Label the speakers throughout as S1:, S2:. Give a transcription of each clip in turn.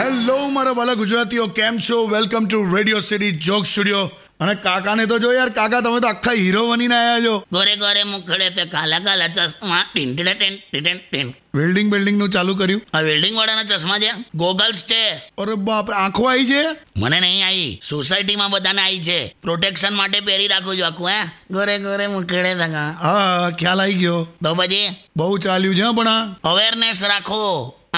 S1: Hello મારા વાલા ગુજરાતીઓ કેમ છો welcome to radio city joke studio અને કાકાને તો જો યાર કાકા તમે તો આખા હીરો બનીને આવ્યા છો
S2: ગોરે ગોરે મુખડે તે કાલા કાલા ચશ્મા ટીંટડે ટીન ટીટેન ટીન
S1: વેલ્ડિંગ બેલ્ડિંગનું ચાલુ કર્યું
S2: આ વેલ્ડિંગ વાળાના ચશ્મા છે ગોગલ્સ છે
S1: અરે બાપ રે, આંખો આવી છે
S2: મને નહીં આવી સોસાયટીમાં બધાને આવી છે પ્રોટેક્શન માટે પહેરી રાખું છું આખું હે ગોરે ગોરે મુખડે તગા
S1: હા ખ્યાલ આવી ગયો
S2: તો પછી
S1: બહુ ચાલ્યું છે હં પણ આ
S2: અવેરનેસ રાખો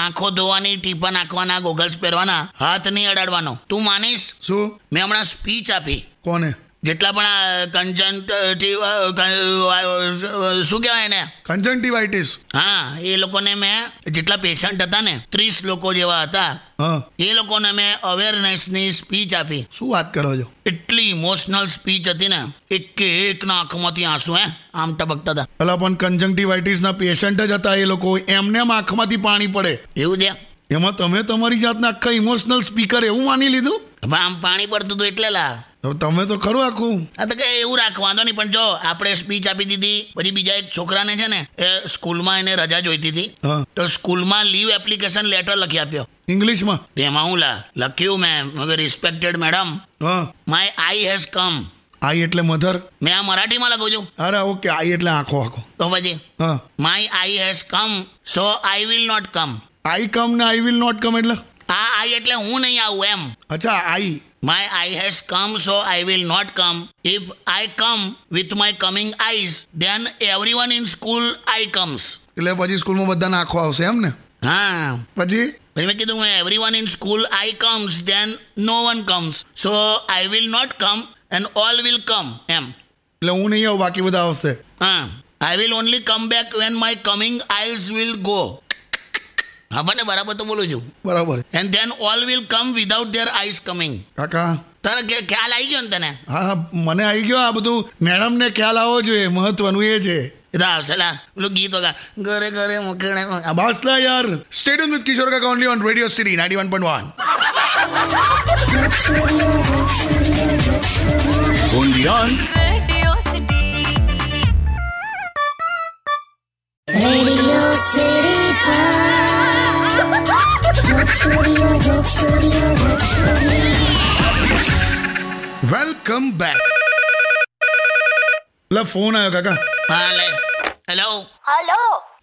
S2: આંખો ધોવાની ટીપા નાખવાના ગોગલ્સ પહેરવાના હાથ નહીં અડાડવાનો તું માનીશ
S1: શું
S2: મેં હમણાં સ્પીચ આપી
S1: કોને
S2: જેટલા પણ આ કન્જન્ટિવ શું કહેવાય એને
S1: કન્જન્ટિવાઇટિસ
S2: હા એ લોકોને મેં જેટલા પેશન્ટ હતા ને ત્રીસ લોકો જેવા હતા
S1: હા
S2: એ લોકોને મેં અવેરનેસની સ્પીચ આપી
S1: શું વાત કરો છો
S2: એટલી ઇમોશનલ સ્પીચ હતી ને એક એકના આંખમાંથી આંસુ હે આમ ટપકતા હતા
S1: અલા પણ કન્જન્ટિવાઇટિસના પેશન્ટ જ હતા એ લોકો એમને એમ આંખમાંથી પાણી પડે
S2: એવું છે
S1: એમાં તમે તમારી જાતને આખા ઇમોશનલ સ્પીકર એવું માની લીધું
S2: હવે આમ પાણી પડતું હતું એટલે લા
S1: તો તમે તો ખરું આખું
S2: આ તો કે એવું રાખ વાંધો નહીં પણ જો આપણે સ્પીચ આપી દીધી પછી બીજા એક છોકરાને છે ને એ સ્કૂલમાં એને રજા જોઈતી હતી
S1: હા
S2: તો સ્કૂલમાં લીવ એપ્લિકેશન લેટર લખી આપ્યો
S1: ઇંગ્લિશમાં
S2: તેમાં હું લા લખ્યું મેં મગર રિસ્પેક્ટેડ મેડમ
S1: હા
S2: માય આઈ હેઝ કમ
S1: આઈ એટલે મધર
S2: મેં આ મરાઠીમાં લખું છું
S1: અરે ઓકે આઈ એટલે આંખો આંખો
S2: તો પછી
S1: હા
S2: my I has come so I will not come
S1: I come ને આઈ વિલ નોટ કમ એટલે
S2: આ આઈ એટલે હું નહીં આવું એમ
S1: અચ્છા I
S2: my I has come so I will not come if I come with my coming eyes then every one in school I comes
S1: એટલે પછી સ્કૂલમાં બધાને આંખો આવશે એમ ને
S2: હા
S1: પછી
S2: પછી મેં કીધું મેં every one in school I comes then no one comes so I will not come and all will come એમ
S1: એટલે હું નહીં આવું બાકી બધા આવશે
S2: હા I will only come back when my coming eyes will go હા પણ બરાબર તો બોલું છું
S1: બરાબર
S2: and then all will come without their eyes coming
S1: કાકા
S2: તને કે- ખ્યાલ આવી ગયો ને તને
S1: હા હા મને આવી ગયો આ બધું મેડમને ખ્યાલ આવવો જોઈએ મહત્વનું એ છે
S2: એ તો આવશે લા પેલું ગીત વગા ઘરે ઘરે મોકલે આ બા-
S1: બસ લા યાર સ્ટેડિયમ વિથ કિશોર કાકા only on radio city ninety one point one
S3: Radio City.
S1: Welcome back લા ફોન આવ્યો કાકા
S2: હા લે હેલો
S4: હલો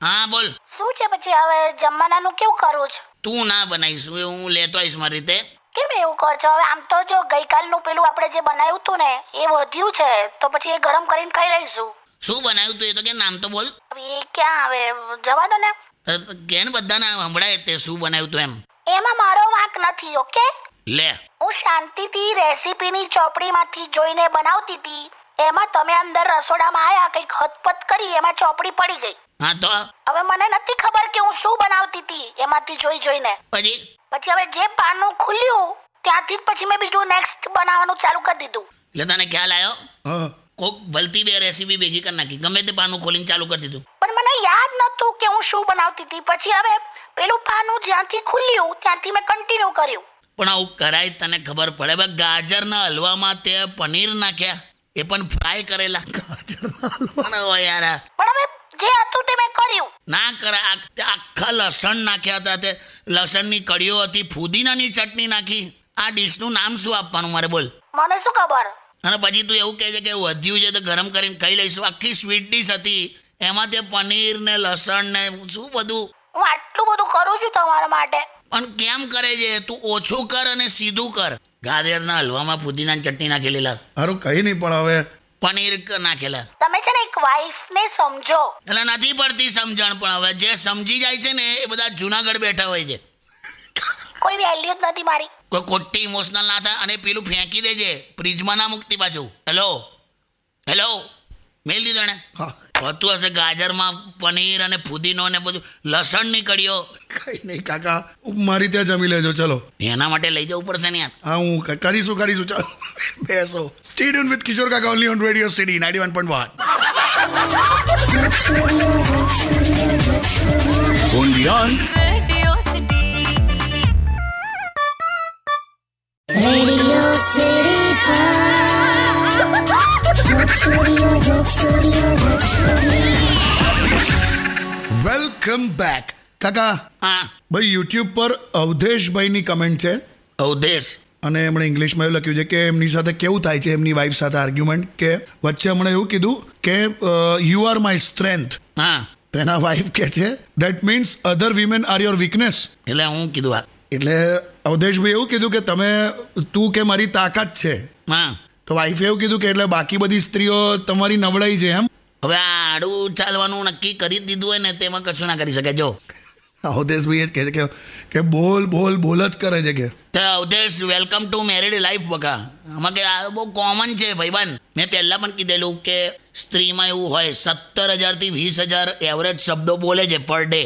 S2: હા બોલ
S4: શું છે પછી હવે જમવાનાનું કેવું કરવું છે
S2: તું ના બનાવીશું એ હું લેતો આવીશ મારી રીતે
S4: કેમ એવું કરો છો હવે આમ તો જો ગઈકાલનું પેલું આપણે જે બનાવ્યું હતું ને એ વધ્યું છે તો પછી એ ગરમ કરીને ખાઈ લઈશું
S2: શું બનાવ્યું તું એ તો કે નામ તો બોલ
S4: હવે એ ક્યાં હવે જવા દો ને
S2: અ, કેન બધાના હંભળાય તે શું બનાવ્યું તું એમ
S4: એમાં મારો વાંક નથી ઓકે
S2: લે
S4: હું શાંતિથી રેસીપીની ચોપડીમાંથી જોઈને બનાવતી હતી એમાં તમે અંદર રસોડામાં આવ્યા કંઈક હતપત કરી એમાં ચોપડી પડી ગઈ
S2: હા તો
S4: હવે મને નથી ખબર કે હું શું બનાવતી હતી એમાંથી જોઈ જોઈને
S2: પછી
S4: પછી હવે જે પાનું ખુલ્યું ત્યાંથી જ પછી મેં બીજું નેક્સ્ટ બનાવવાનું ચાલુ કરી દીધું
S2: એટલે તને ખ્યાલ આવ્યો
S1: હા
S2: કોક ભલતી બે રેસીપી ભેગી કરી નાખી ગમે તે પાનું ખોલીને ચાલુ કરી દીધું
S4: પણ મને યાદ નહોતું કે હું શું બનાવતી હતી પછી હવે પેલું પાનું જ્યાંથી ખુલ્યું ત્યાંથી મેં કન્ટિન્યુ કર્યું
S2: પણ આવું કરાય તને ખબર પડે હવે ગાજરના હલવામાં તે પનીર નાખ્યા એ પણ ફ્રાય કરેલા ગાજરના હલવાના હોય યાર આ.
S4: પણ હવે જે હતું તે મેં કર્યું
S2: ના કરા આ- તે આખા લસણ નાખ્યા હતા તે લસણની કળીઓ હતી ફુદીનાની ચટણી નાખી આ ડીશનું નામ શું આપવાનું મારે બોલ
S4: મને શું ખબર
S2: અને પછી તું એવું કહે છે કે વધ્યું છે તો ગરમ કરીને ખાઈ લઈશું આખી સ્વીટ ડીશ હતી એમાં તે પનીર ને લસણ ને શું બધું
S4: હું આટલું બધું કરું છું તમારા માટે
S2: પણ કેમ કરે છે તું ઓછું કર અને સીધું કર ગાજરના હલવામાં ફુદીનાની ચટણી નાખેલી
S1: હારું કઈ નહીં પણ હવે
S2: પનીર ક- નાખેલા
S4: તમે છે ને એક વાઈફને સમજો
S2: એટલે નથી પડતી સમજણ પણ હવે જે સમજી જાય છે ને એ બધા જુનાગઢ બેઠા હોય છે
S4: કોઈ વેલ્યુ જ નથી મારી
S2: કોઈ ખોટી ઇમોશનલ ના થાય અને પેલું ફેંકી દેજે ફ્રીજમાં ના મૂકતી પાછું હેલો હેલો મેલ દીધો ને
S1: હા
S2: હોતું હશે ગાજરમાં પનીર અને ફુદીનો ને બધું લસણની કડીઓ
S1: કઈ નહીં કાકા મારી ત્યાં જમી લેજો ચલો
S2: એના માટે લઈ જવું પડશે ને યાર
S1: હા હું ક- કરીશું કરીશું ચાલો બેસો સ્ટેડિયમ વિથ કિશોર કાકા only on radio city ninety one point one
S3: Radio City.
S1: Welcome back કાકા
S2: હા
S1: ભાઈ યુટ્યુબ પર અવધેશભાઈની કમેન્ટ છે
S2: અવધેશ
S1: અને એમણે ઇંગ્લિશમાં એવું લખ્યું છે કે એમની સાથે કેવું થાય છે એમની વાઈફ સાથે આર્ગ્યુમેન્ટ કે વચ્ચે હમણાં એવું કીધું કે યુ આર માય સ્ટ્રેન્થ
S2: હા
S1: તેના વાઈફ કહે છે that means other women are your weakness
S2: એટલે હું કીધું આ
S1: એટલે અવધેશભાઈ એવું કીધું કે તમે તું કે મારી તાકાત છે
S2: હા
S1: તો વાઈફે એવું કીધું કે એટલે બાકી બધી સ્ત્રીઓ તમારી નબળાઈ છે એમ
S2: હવે આ આડું ચાલવાનું નક્કી કરી જ દીધું હોય ને તેમાં કશું ના કરી શકે જો
S1: અવધેશભાઈ એ જ કહે છે કે- કે બોલ બોલ બોલ જ કરે છે કે
S2: તો Awadhesh welcome to married life બકા આમાં કે આ બહુ કોમન છે ભાઈબંધ મેં પહેલાં પણ કીધેલું કે સ્ત્રીમાં એવું હોય સત્તર હજારથી વીસ હજાર એવરેજ શબ્દો બોલે છે પર ડે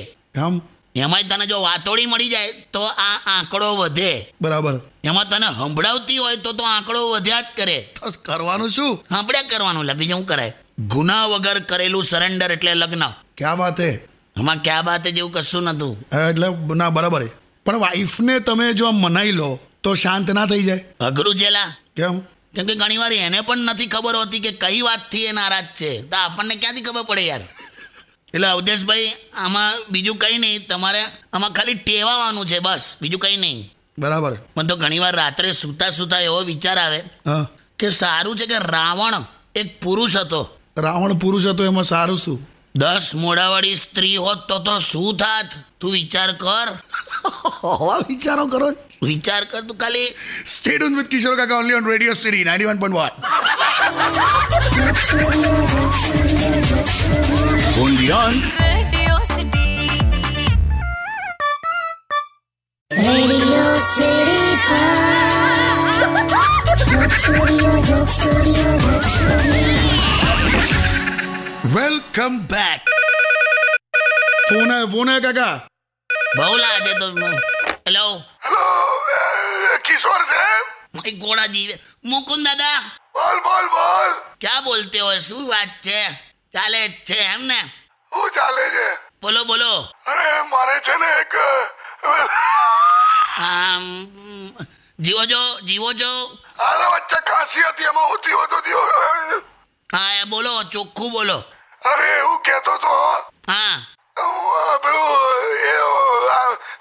S1: આમ
S2: એમાંય તને જો વાતોડી મળી જાય તો આ આંકડો વધે
S1: બરાબર
S2: એમાં તને સંભળાવતી હોય તો તો આંકડો વધ્યા જ કરે
S1: તો કરવાનું શું
S2: સાંભળ્યા કરવાનું લા બીજું શું કરાય ગુના વગર કરેલું સરેન્ડર એટલે લગ્ન
S1: ક્યાં વાત હે
S2: આમાં ક્યાં વાત જેવું કશું નહોતું
S1: હા, એટલે ના બરાબર છે. પણ વાઈફને તમે જો આમ મનાઈ લો તો શાંત ના થઈ જાય
S2: અઘરું જેલા
S1: કેમ
S2: કેમ કે ઘણીવાર એને પણ નથી ખબર હોતી કે કઈ વાતથી એ નારાજ છે તો આપણને ક્યાંથી ખબર પડે યાર એટલે અવધેશભાઈ આમાં બીજું કંઈ નહીં તમારે આમાં ખાલી ટેવાવાનું છે બસ બીજું કંઈ નહીં
S1: બરાબર
S2: પણ તો ઘણીવાર રાત્રે સૂતા સૂતા એવો વિચાર આવે
S1: હા
S2: કે સારું છે કે રાવણ એક પુરુષ હતો
S1: રાવણ પુરુષ હતો એમાં સારું શું
S2: દસ મોઢાવાળી સ્ત્રી હોત તો તો શું થાત તું વિચાર કર
S1: હવા વિચારો કરો
S2: વિચાર કર તું ખાલી
S1: સ્ટેડ ઓન વિથ કિશોર કાકા only on radio city ninety one point one
S3: only on Radio City.
S5: Radio City.
S1: Welcome back phone આવ્યો ફોન આવ્યો કાકા
S2: બહુ લાગે તો હેલો
S6: किशोर साहब
S2: મારી ઘોડા જીવે મુકુંદ દાદા
S6: बोल बोल बोल
S2: ક્યાં બોલતે હોય શું વાત છે ચાલે જ છે એમ ને
S6: હું ચાલે છે
S2: બોલો બોલો
S6: અરે મારે છે ને એક
S2: આમ જીવો છો જીવો છો
S6: આલા વચ્ચે ખાંસી હતી એમાં હું જીવો તો જીવો
S2: હા એ બોલો ચોખ્ખું બોલો
S6: અરે એવું કહેતો તો
S2: હા
S6: હું આ પેલું એ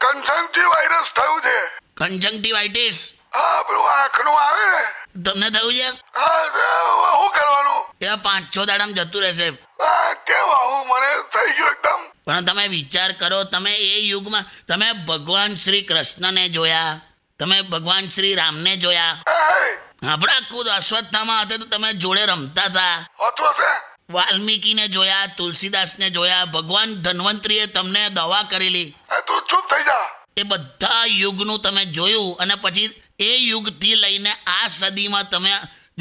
S6: કન્સંગટી વાયરસ થયું છે
S2: કન્જંક્ટિવાઇટિસ
S6: હા પેલું આંખનું આવે ને
S2: તમને થયું છે
S6: હા તે શું કરવાનું
S2: એ પાંચ છ દાડામાં જતું રહેશે
S6: આ કેમ આવું મને થઈ ગયું એકદમ
S2: પણ તમે વિચાર કરો તમે એ યુગમાં તમે ભગવાન શ્રી કૃષ્ણને જોયા તમે ભગવાન શ્રી રામને જોયા
S6: એ
S2: આપણા ખુદ અશ્વત્થામાં હતા તો તમે જોડે રમતા હતા
S6: હોતું હશે
S2: વાલ્મીકીને જોયા તુલસીદાસને જોયા ભગવાન ધન્વંતરીએ તમને દવા કરેલી
S6: એ તું ચૂપ થઈ જા
S2: એ બધા યુગનું તમે જોયું અને પછી એ યુગથી લઈને આ સદીમાં તમે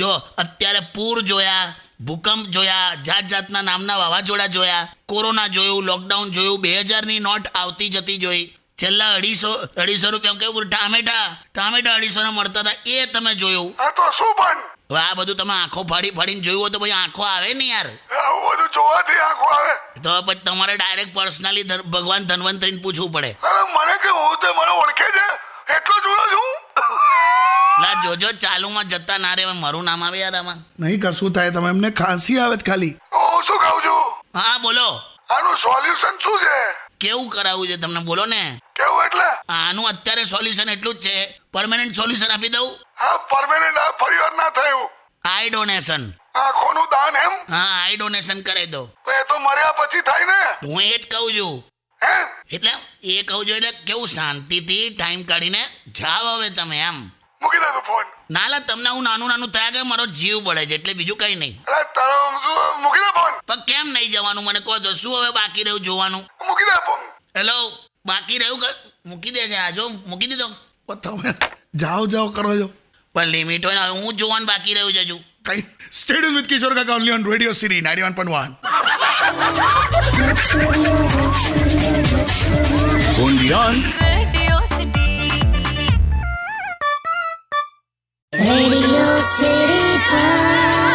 S2: જો અત્યારે પૂર જોયા ભૂકંપ જોયા જાત જાતના નામના વાવાઝોડા જોયા કોરોના જોયું લોકડાઉન જોયું બે હજારની નોટ આવતી જતી જોઈ છેલ્લા અઢીસો અઢીસો રૂપિયા કેવું ટામેટા ટામેટા અઢીસોના મળતા હતા એ તમે જોયું
S6: આ તો શું પણ
S2: હવે આ બધું તમે આંખો ફાડી ફાડીને જોયું હોય તો પછી આંખો આવે ને યાર
S6: આવું બધું જોવાથી આંખો આવે
S2: તો પછી તમારે ડાયરેક્ટ પર્સનલી ભગવાન ધન્વંતરીને પૂછવું પડે
S6: અરે મને કે હું તે મને ઓળખે છે એટલો જૂનો છું
S2: ના જોજો ચાલુમાં જતા ના રે મારું નામ આવે યાર આમાં
S1: નહીં કશું થાય તમે એમને ખાંસી આવે જ ખાલી
S6: હું શું કહું છું
S2: હા બોલો
S6: આનું સોલ્યુશન શું છે
S2: કેવું કરાવવું છે તમને બોલો ને
S6: કેવું એટલે
S2: આનું અત્યારે સોલ્યુશન એટલું જ છે પરમેનન્ટ સોલ્યુશન આપી દઉં
S6: હા પરમેનન્ટ આ ફરિવાર ના થયું
S2: આઈ ડોનેશન
S6: આંખોનું દાન એમ
S2: હા આઈ ડોનેશન કરાવી દો
S6: એ તો મર્યા પછી થાય ને
S2: હું એ જ કહું છું
S6: હે
S2: એટલે એ કહું છું એટલે કેવું શાંતિથી ટાઈમ કાઢીને જાઓ હવે તમે એમ
S6: મૂકી દે તું ફોન
S2: ના લા તમને હું નાનું નાનું થયા કે મારો જીવ બળે છે એટલે બીજું કંઈ નહીં
S6: એટલે તારો શું મૂકી દે ફોન
S2: પણ કેમ નહીં જવાનું મને કહો છો શું હવે બાકી રહ્યું જોવાનું
S6: મૂકી દે ફોન
S2: હેલો બાકી રહ્યું કે મૂકી દેજે આ જો મૂકી દીધો
S1: પણ તમે જાઓ જાઓ કરો છો
S2: પણ લિમિટ હોય ને હવે હું જોવાનું બાકી રહ્યું છે હજુ
S1: કઈ સ્ટેડ ઓન વિથ કિશોર કાકા only on radio city ninety one point one
S3: only on
S5: Radio City. Radio City.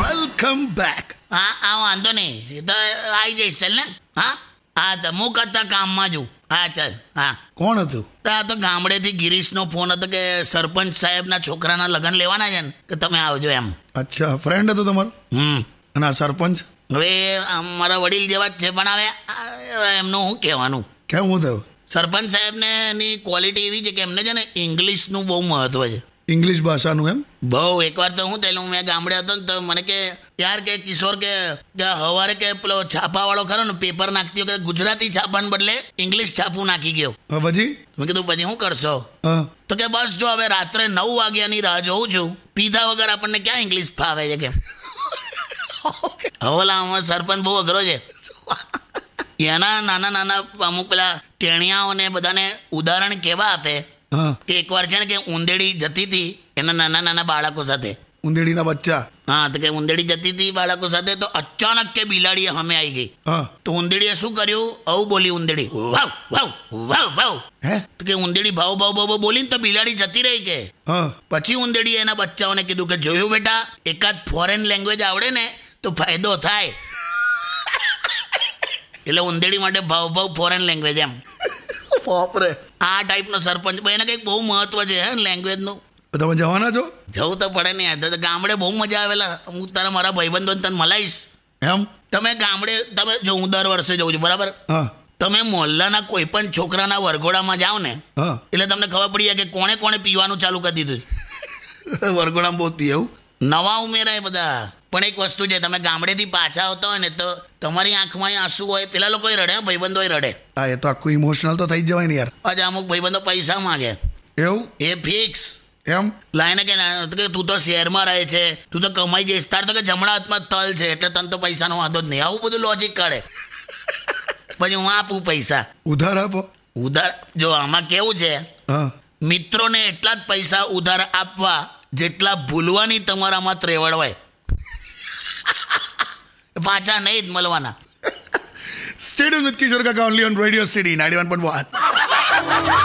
S1: Welcome back
S2: હા હા વાંધો નહીં એ તો આવી જઈશ ચાલ ને હા હા તો હું કરતા કામમાં છું હા ચાલ હા
S1: કોણ હતું
S2: તો આ તો ગામડેથી ગિરીશનો ફોન હતો કે સરપંચ સાહેબના છોકરાના લગ્ન લેવાના છે ને કે તમે આવજો એમ
S1: અચ્છા ફ્રેન્ડ હતો તમારો
S2: હમ
S1: અને આ સરપંચ
S2: હવે આમ મારા વડીલ જેવા જ છે પણ હવે આ એમનું શું કહેવાનું
S1: કેમ હું થયું
S2: સરપંચ સાહેબને એની ક્વોલિટી એવી છે કે એમને છે ને ઇંગ્લિશનું બહુ મહત્ત્વ છે
S1: ઇંગ્લિશ ભાષાનું એમ
S2: બહુ એકવાર તો હું થયેલું મેં ગામડે હતો ને તો મને કે યાર કે કિશોર કે કે હવારે કે પેલો છાપાવાળો ખરો ને પેપર નાખતી વખતે ગુજરાતી છાપાને બદલે ઇંગ્લિશ છાપું નાખી ગયો
S1: હા પછી
S2: મેં કીધું પછી શું કરશો
S1: હા
S2: તો કે બસ જો હવે રાત્રે નવ વાગ્યાની રાહ જોઉં છું પીધા વગર આપણને ક્યાં ઇંગ્લિશ ફાવે છે કે હવલા અમારો સરપંચ બહુ અઘરો છે એના નાના નાના અમુક પેલા ટેણિયાઓને બધાને ઉદાહરણ કેવા આપે
S1: હા
S2: કે એકવાર છે ને કે ઉંદેડી જતી હતી એના નાના નાના બાળકો સાથે
S1: ઉંદેડીના બચ્ચા
S2: હા તો કે ઉંદેડી જતી હતી બાળકો સાથે તો અચાનક કે બિલાડીએ હમે આવી ગઈ
S1: હા
S2: તો ઉંદેડીએ શું કર્યું આવું બોલી ઉંદેડી વાવ વાવ વાવ વાવ
S1: હે
S2: તો કે ઉંદેડી ભાવ ભાવ ભાવ ભાવ બોલીને તો બિલાડી જતી રહી કે
S1: હા
S2: પછી ઉંદેડીએ એના બચ્ચાઓને કીધું કે જોયું બેટા એકાદ ફોરેન લેંગ્વેજ આવડે ને તો ફાયદો થાય એટલે ઉંદેડી માટે ભાવ ભાવ ફોરેન લેંગ્વેજ એમ
S1: બાપરે
S2: આ ટાઈપનો સરપંચ પણ એને કંઈક બહુ મહત્વ છે હે લેંગ્વેજનું
S1: તમે જવાના છો
S2: જવું તો પડે ને યાર તો ગામડે બહુ મજા આવેલા હું તારા મારા ભાઈબંધોને તને મલાઈશ
S1: એમ
S2: તમે ગામડે તમે જો હું દર વર્ષે જઉં છું બરાબર
S1: હા
S2: તમે મોહલ્લાના કોઈ પણ છોકરાના વરઘોડામાં જાઓ ને
S1: હા
S2: એટલે તમને ખબર પડી જાય કે કોણે કોણે પીવાનું ચાલુ કરી દીધું
S1: વરઘોડામાં બહુ પીએ એવું
S2: નવા ઉમેરા એ બધા પણ એક વસ્તુ છે તમે ગામડેથી પાછા આવતા હોય ને તો તમારી આંખમાં આંસુ હોય પેલા લોકોય રડે હો, ભાઈબંધોય રડે
S1: હા એ તો આખું ઇમોશનલ તો થઈ જ જવાય ને યાર
S2: આજે અમુક ભાઈબંધો પૈસા માગે
S1: એવું
S2: એ ફિક્સ
S1: એમ
S2: લાઈને કે ના, તો કે તું તો શહેરમાં રહે છે તું તો કમાઈ જઈશ તાર તો કે જમણા હાથમાં તલ છે એટલે તને તો પૈસાનો વાંધો જ નહીં આવું બધું લોજિક કાઢે પછી હું આપું પૈસા
S1: ઉધાર આપો
S2: ઉધાર જો આમાં કેવું છે
S1: હા
S2: મિત્રોને એટલા જ પૈસા ઉધાર આપવા જેટલા ભૂલવાની તમારામાં ત્રેવડ હોય પાછા નહીં જ મળવાના
S1: સ્ટેડિયમ વિથ કિશોર કાકા only on radio city ninety one point one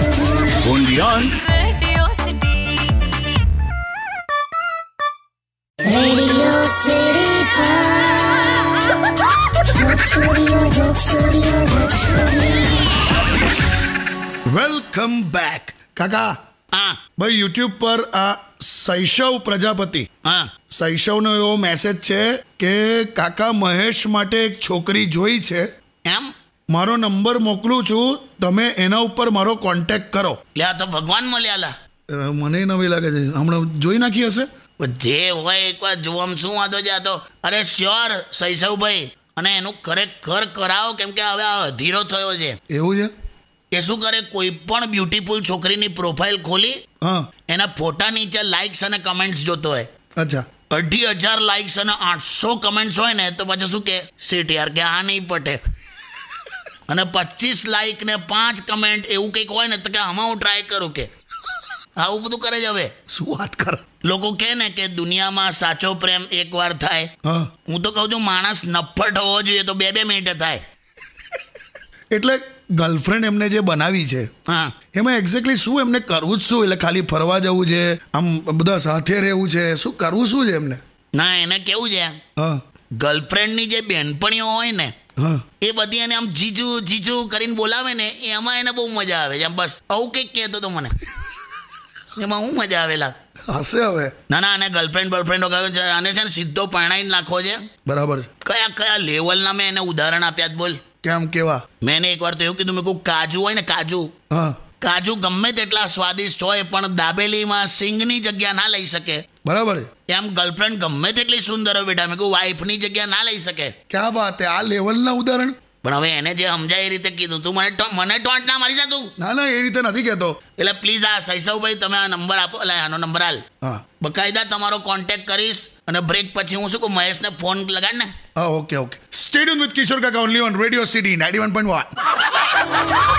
S3: Gondian.
S5: Radio City.
S4: Radio City Joke Studio, Joke Studio, Joke Studio.
S1: Welcome back કાકા
S2: હા
S1: ભાઈ યુટ્યુબ પર આ શૈશવ પ્રજાપતિ
S2: હા
S1: શૈશવનો એવો મેસેજ છે કે કાકા મહેશ માટે એક છોકરી જોઈ છે
S2: એમ
S1: મારો નંબર મોકલું છું તમે એના ઉપર મારો કોન્ટેક્ટ કરો
S2: લે આ તો ભગવાન મળ્યાલા
S1: અ, મને નવી લાગે છે હમણાં જોઈ નાખી હશે
S2: જે હોય એકવાર જોવામાં શું વાંધો છે આ તો અરે શ્યોર શૈશવભાઈ અને એનું ખરેખર કરાવો કેમ કે હવે આ અધીરો થયો છે
S1: એવું છે
S2: એ શું કરે કોઈ પણ બ્યુટીફુલ છોકરીની પ્રોફાઇલ ખોલી
S1: હા
S2: એના ફોટા નીચે લાઇક્સ અને કમેન્ટ્સ જોતો હોય
S1: અચ્છા
S2: અઢી હજાર લાઇક્સ અને આઠસો કમેન્ટ્સ હોય ને તો પછી શું કે સીટ યાર કે આ નહીં પટે અને પચીસ લાઇક ને પાંચ કમેન્ટ એવું કંઈક હોય ને તો કે આમાં હું ટ્રાય કરું કે આવું બધું કરે છે હવે
S1: શું વાત કર
S2: લોકો કહે ને કે દુનિયામાં સાચો પ્રેમ એકવાર થાય
S1: હા
S2: હું તો કહું છું માણસ નફ્ફટ હોવો જોઈએ તો બે બે મિનિટે થાય
S1: એટલે ગર્લફ્રેન્ડ એમને જે બનાવી છે
S2: હા
S1: એમાં એક્ઝેક્ટલી શું એમને કરવું જ શું એટલે ખાલી ફરવા જવું છે આમ બધા સાથે રહેવું છે શું કરવું શું છે એમને
S2: ના એને કેવું છે
S1: હા
S2: ગર્લફ્રેન્ડની જે બહેનપણીઓ હોય ને
S1: હા
S2: એ બધી એને આમ જીજુ જીજુ કરીને બોલાવે ને એમાં એને બહુ મજા આવે છે આમ બસ આવું કંઈક કહેતો તો મને એમાં હું મજા આવેલા
S1: હશે હવે
S2: ના ના આને ગર્લફ્રેન્ડ બર્લફ્રેન્ડ વગર છે. આને છે ને સીધો પરણાઈ જ નાખો છે
S1: બરાબર છે
S2: કયા કયા લેવલના મેં એને ઉદાહરણ આપ્યા જ બોલ
S1: કેમ કેવા
S2: મેં એને એકવાર તો એવું કીધું મેં કહું કાજુ હોય ને કાજુ
S1: હા
S2: કાજુ ગમે તેટલા સ્વાદિષ્ટ હોય પણ દાબેલીમાં સિંગની જગ્યા ના લઈ શકે
S1: બરાબર છે
S2: એમ ગર્લફ્રેન્ડ ગમે તેટલી સુંદર હોય બેટા મેં કહું વાઈફની જગ્યા ના લઈ શકે
S1: ક્યાં વાત હે આ લેવલના ઉદાહરણ
S2: પણ હવે એને જે સમજાય એ રીતે કીધું તું મને ટો- મને ટોન્ટ ના મારી જા તું
S1: ના ના એ રીતે નથી કહેતો
S2: એટલે પ્લીઝ આ શૈશવભાઈ તમે આ નંબર આપો એટલે આનો નંબર હાલ
S1: હા
S2: બકાયદા તમારો કોન્ટેક્ટ કરીશ અને બ્રેક પછી હું શું કહું મહેશને ફોન લગાડ ને
S1: હા okay okay stadium with Kishore કાકા only on radio city ninety one point one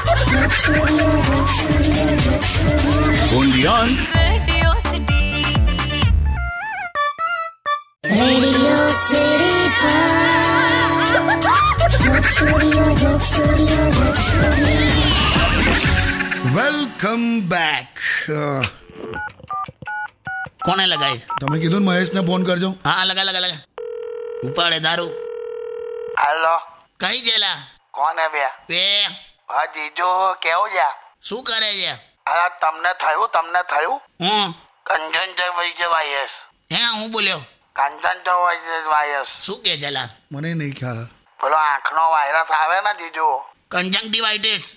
S3: Gondian.
S5: Radio City.
S4: Radio City Joke Studio, Joke Studio, Joke Studio.
S1: Welcome back
S2: કોને લગાવી
S1: તમે કીધું ને મહેશને ફોન કરજો
S2: હા લગા લગા લગા ઉપાડે દારૂ
S6: હાલો
S2: કઈ જેલા
S6: કોને બે
S2: બે
S6: હા જીજો કેવો છે
S2: શું કરે છે
S6: હા તમને થયું તમને થયું
S2: હું
S6: કંચનજય વૈદ્ય વાયસ
S2: હે હું બોલ્યો
S6: કંચનજય વૈદ્ય વાયસ
S2: શું કે જેલા
S1: મને નહીં ખ્યાલ
S6: પેલો આંખનો વાયરસ આવે ને જીજો
S2: કન્જંક્ટિવાઇટિસ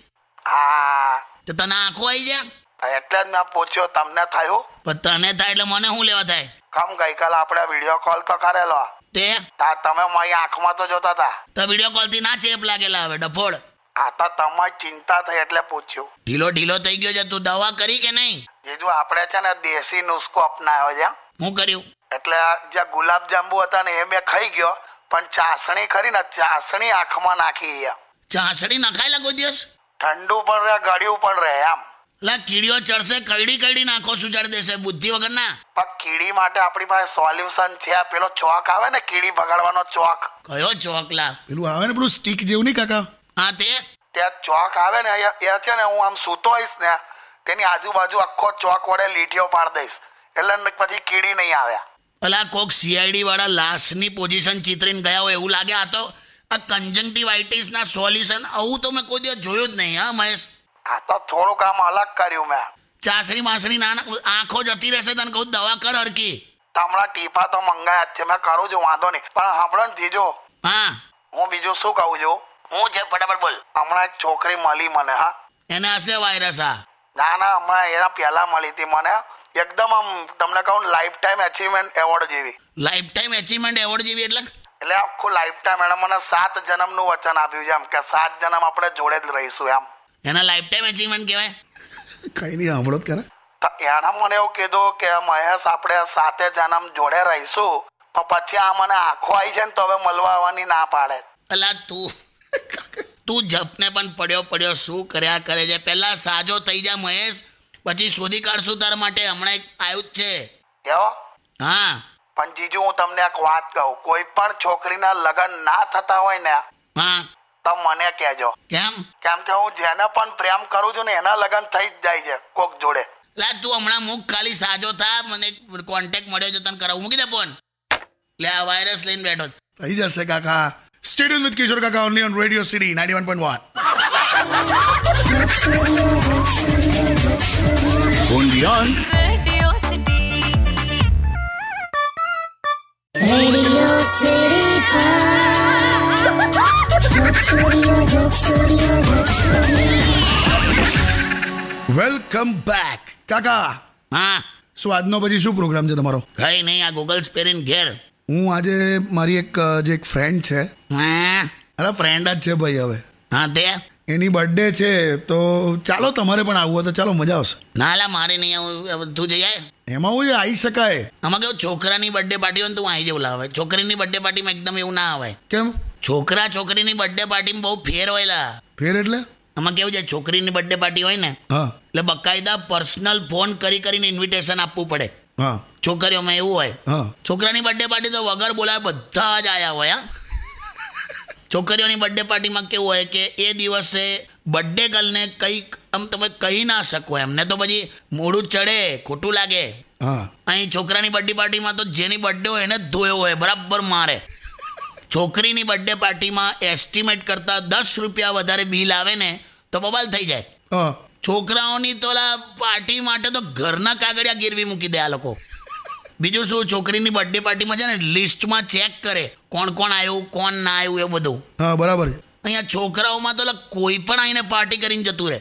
S6: હા
S2: તો તને આંખો આવી જાય
S6: એટલે જ મેં પૂછ્યું તમને થયું
S2: પણ તને થાય એટલે મને શું લેવા થાય
S6: કમ ગઈકાલ આપણે વિડીયો કોલ તો કરેલો
S2: તે
S6: તા તમે મારી આંખમાં તો જોતા હતા
S2: તો વિડીયો કોલથી ના ચેપ લાગેલા હવે ડફોડ
S6: આ તો તમારી ચિંતા થઈ એટલે પૂછ્યું
S2: ઢીલો ઢીલો થઈ ગયો છે તું દવા કરી કે નહીં
S6: જીજુ આપણે છે ને દેશી નુસ્ખો અપનાવ્યો છે
S2: હું કર્યું
S6: એટલે આ જે ગુલાબજાંબુ હતા ને એ મેં ખાઈ ગયો પણ ચાસણી ખરી ને ચાસણી આંખમાં નાખી છે
S2: ચાસડી નખાય કોઈ દિવસ
S6: ઠંડુ પણ રહે ગળ્યું પણ રહે એમ
S2: લા કીડીઓ ચડશે કઈડી કઈડી નાખો સુચાડ દેશે બુદ્ધિ વગરના
S6: પણ કીડી માટે આપણી પાસે સોલ્યુશન છે આ પેલો ચોક આવે ને કીડી ભગાડવાનો ચોક
S2: કયો ચોકલા
S1: પેલું આવે ને પેલું સ્ટીક જેવું નહીં કાકા
S2: હા તે
S6: ત્યાં ચોક આવે ને એ- એ છે ને હું આમ સૂતો હોઈશ ને તેની આજુબાજુ આખો ચોક વડે લીટીઓ પાડી દઈશ એટલે ન- પછી કીડી નહીં આવે
S2: અલા કોક સીઆઈડી વાળા લાશની પોઝિશન ચિતરીને ગયા હોય એવું લાગે આ તો આ conjunctivitis ના સોલ્યુશન આવું તો મેં કોઈ દિવસ જોયું જ નહીં હા મહેશ
S6: આ તો થોડુંક આમ અલગ કર્યું મેં
S2: ચાસણી માસણી ના ના- આંખો જતી રહેશે તને કહું દવા કર હરકી
S6: તો હમણાં ટીપા તો મંગાયા જ છે મેં કરું છું વાંધો નહીં પણ સાંભળો ને જીજો
S2: હા
S6: હું બીજું શું કહું છું
S2: હું છે ફટાફટ બોલ
S6: હમણાં એક છોકરી મળી મને હા
S2: એને હશે વાયરસ આ
S6: ના ના હમણાં એના પહેલાં મળી હતી મને એકદમ આમ તમને કહું લાઈફ ટાઈમ એચિવમેન્ટ એવોર્ડ જેવી
S2: લાઈફ ટાઈમ એચિવમેન્ટ એવોર્ડ જેવી એટલે
S6: એટલે આખું લાઈફ ટાઈમ એણે મને સાત જન્મનું વચન આપ્યું છે એમ કે સાત જન્મ આપણે જોડે જ રહીશું એમ
S2: એને લાઈફ ટાઈમ એચિવમેન્ટ કહેવાય
S1: કઈ નહીં સાંભળો જ કરે
S6: તો એણે મને એવું કીધું કે મહેશ આપણે સાતે જન્મ જોડે રહીશું પણ પછી આ મને આંખો આવી છે ને તો હવે મળવા આવવાની ના પાડે
S2: અલા તું તું જપને પણ પડ્યો પડ્યો શું કર્યા કરે છે પહેલા સાજો થઈ જા મહેશ પછી શોધી કાઢશું તારા માટે હમણાં એક આવ્યું જ છે
S6: કેવો
S2: હા
S6: પણ જીજુ હું તમને એક વાત કહું કોઈ પણ છોકરીના લગ્ન ના થતા હોય ને
S2: હા
S6: તો મને કહેજો
S2: કેમ
S6: કેમ કે હું જેને પણ પ્રેમ કરું છું ને એના લગ્ન થઈ જ જાય છે કોક જોડે
S2: લા તું હમણાં મુખ ખાલી સાજો થા મને કોન્ટેક્ટ મળ્યો છે તને કરાવું મૂકી દે ફોન લે આ વાયરસ લઈને બેઠો છે.
S1: થઈ જશે કાકા સ્ટેડિયમ વિથ કિશોર કાકા only on radio city ninety one point one
S3: Bondian.
S5: Radio City.
S7: Radio City Pod. Joke Studio, Joke Studio, Joke Studio.
S1: Welcome back કાકા
S2: હા
S1: શું આજનો પછી શું પ્રોગ્રામ છે તમારો
S2: કઈ નહીં આ ગોગલ્સ પહેરીને ઘેર
S1: હું આજે મારી એક અ, જે એક ફ્રેન્ડ છે
S2: હા
S1: અરે ફ્રેન્ડ જ છે ભાઈ હવે
S2: હા તે
S1: એની બર્થડે છે તો ચાલો તમારે પણ આવવું હોય તો ચાલો મજા આવશે
S2: ના લા મારે નહીં આવું હવે તું જઈ આય
S1: એમાં હું આવી શકાય
S2: આમાં કેવું છોકરાની બર્થડે પાર્ટી હોય ને તું આવી જવું લાવે છોકરીની બર્થડે પાર્ટીમાં એકદમ એવું ના આવે
S1: કેમ
S2: છોકરા છોકરીની બર્થડે પાર્ટીમાં બહુ ફેર હોય લા
S1: ફેર એટલે
S2: આમાં કેવું છે છોકરીની બર્થડે પાર્ટી હોય ને
S1: હા
S2: એટલે બકાયદા પર્સનલ ફોન કરી કરીને ઇન્વિટેશન આપવું પડે
S1: હા
S2: છોકરીઓમાં એવું હોય
S1: હા
S2: છોકરાની બર્થડે પાર્ટી તો વગર બોલાવે બધા જ આયા હોય હા છોકરીઓની બર્થડે પાર્ટીમાં કેવું હોય કે એ દિવસે બર્થડે ગર્લને કંઈક આમ તમે કહી ના શકો એમને તો પછી મોડું ચડે ખોટું લાગે
S1: હા
S2: અહીં છોકરાની બર્થડે પાર્ટીમાં તો જેની બર્થડે હોય એને જ ધોયો હોય બરાબર મારે છોકરીની બર્થડે પાર્ટીમાં એસ્ટિમેટ કરતા દસ રૂપિયા વધારે બિલ આવે ને તો બબાલ થઈ જાય
S1: હા
S2: છોકરાઓની તો લા પાર્ટી માટે તો ઘરના કાગળિયા ગીરવી મૂકી દે આ લોકો બીજું શું છોકરીની બર્થડે પાર્ટીમાં છે ને લિસ્ટમાં ચેક કરે કોણ કોણ આવ્યું કોણ ના આવ્યું એ બધું
S1: હા બરાબર છે
S2: અહીંયા છોકરાઓમાં તો લા કોઈ પણ આવીને પાર્ટી કરીને જતું રહે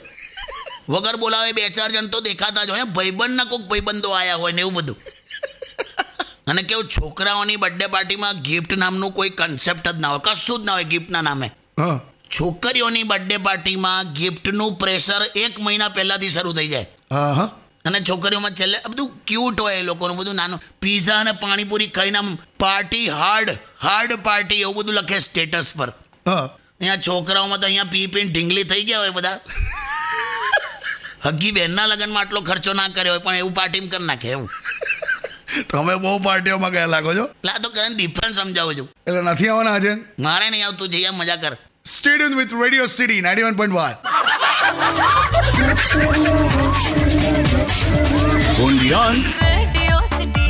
S2: વગર બોલાવે બે ચાર જણ તો દેખાતા જ હોય ભાઈબંધના કોઈક ભાઈબંધો આવ્યા હોય ને એવું બધું અને કેવું છોકરાઓની બર્થડે પાર્ટીમાં ગિફ્ટ નામનું કોઈ કન્સેપ્ટ જ ના હોય કશું જ ના હોય ગિફ્ટના નામે
S1: હા
S2: છોકરીઓની બર્થડે પાર્ટીમાં ગિફ્ટનું પ્રેશર એક મહિના પહેલાંથી શરૂ થઈ જાય
S1: હા હા
S2: અને છોકરીઓમાં છેલ્લે આ બધું ક્યુટ હોય એ લોકોનું બધું નાનું પીઝા અને પાણીપુરી ખાઈને આમ પાર્ટી હાર્ડ હાર્ડ પાર્ટી એવું બધું લખે સ્ટેટસ પર
S1: હા
S2: અહીંયા છોકરાઓમાં તો અહીંયા પી પીને ઢીંગલી થઈ ગયા હોય બધા હગી બહેનના લગ્નમાં આટલો ખર્ચો ના કર્યો હોય પણ એવું પાર્ટીમ કરી નાખે એવું
S1: તમે બહુ પાર્ટીઓમાં ગયા લાગો છો
S2: એટલે આ તો કદાચ ડિફરન્સ સમજાવું છું
S1: એટલે નથી આવવાના આજે
S2: મારે નહીં આવતું જઈએ મજા કર
S1: stadium with radio city ninety one point one
S3: Bondian.
S5: Radio City.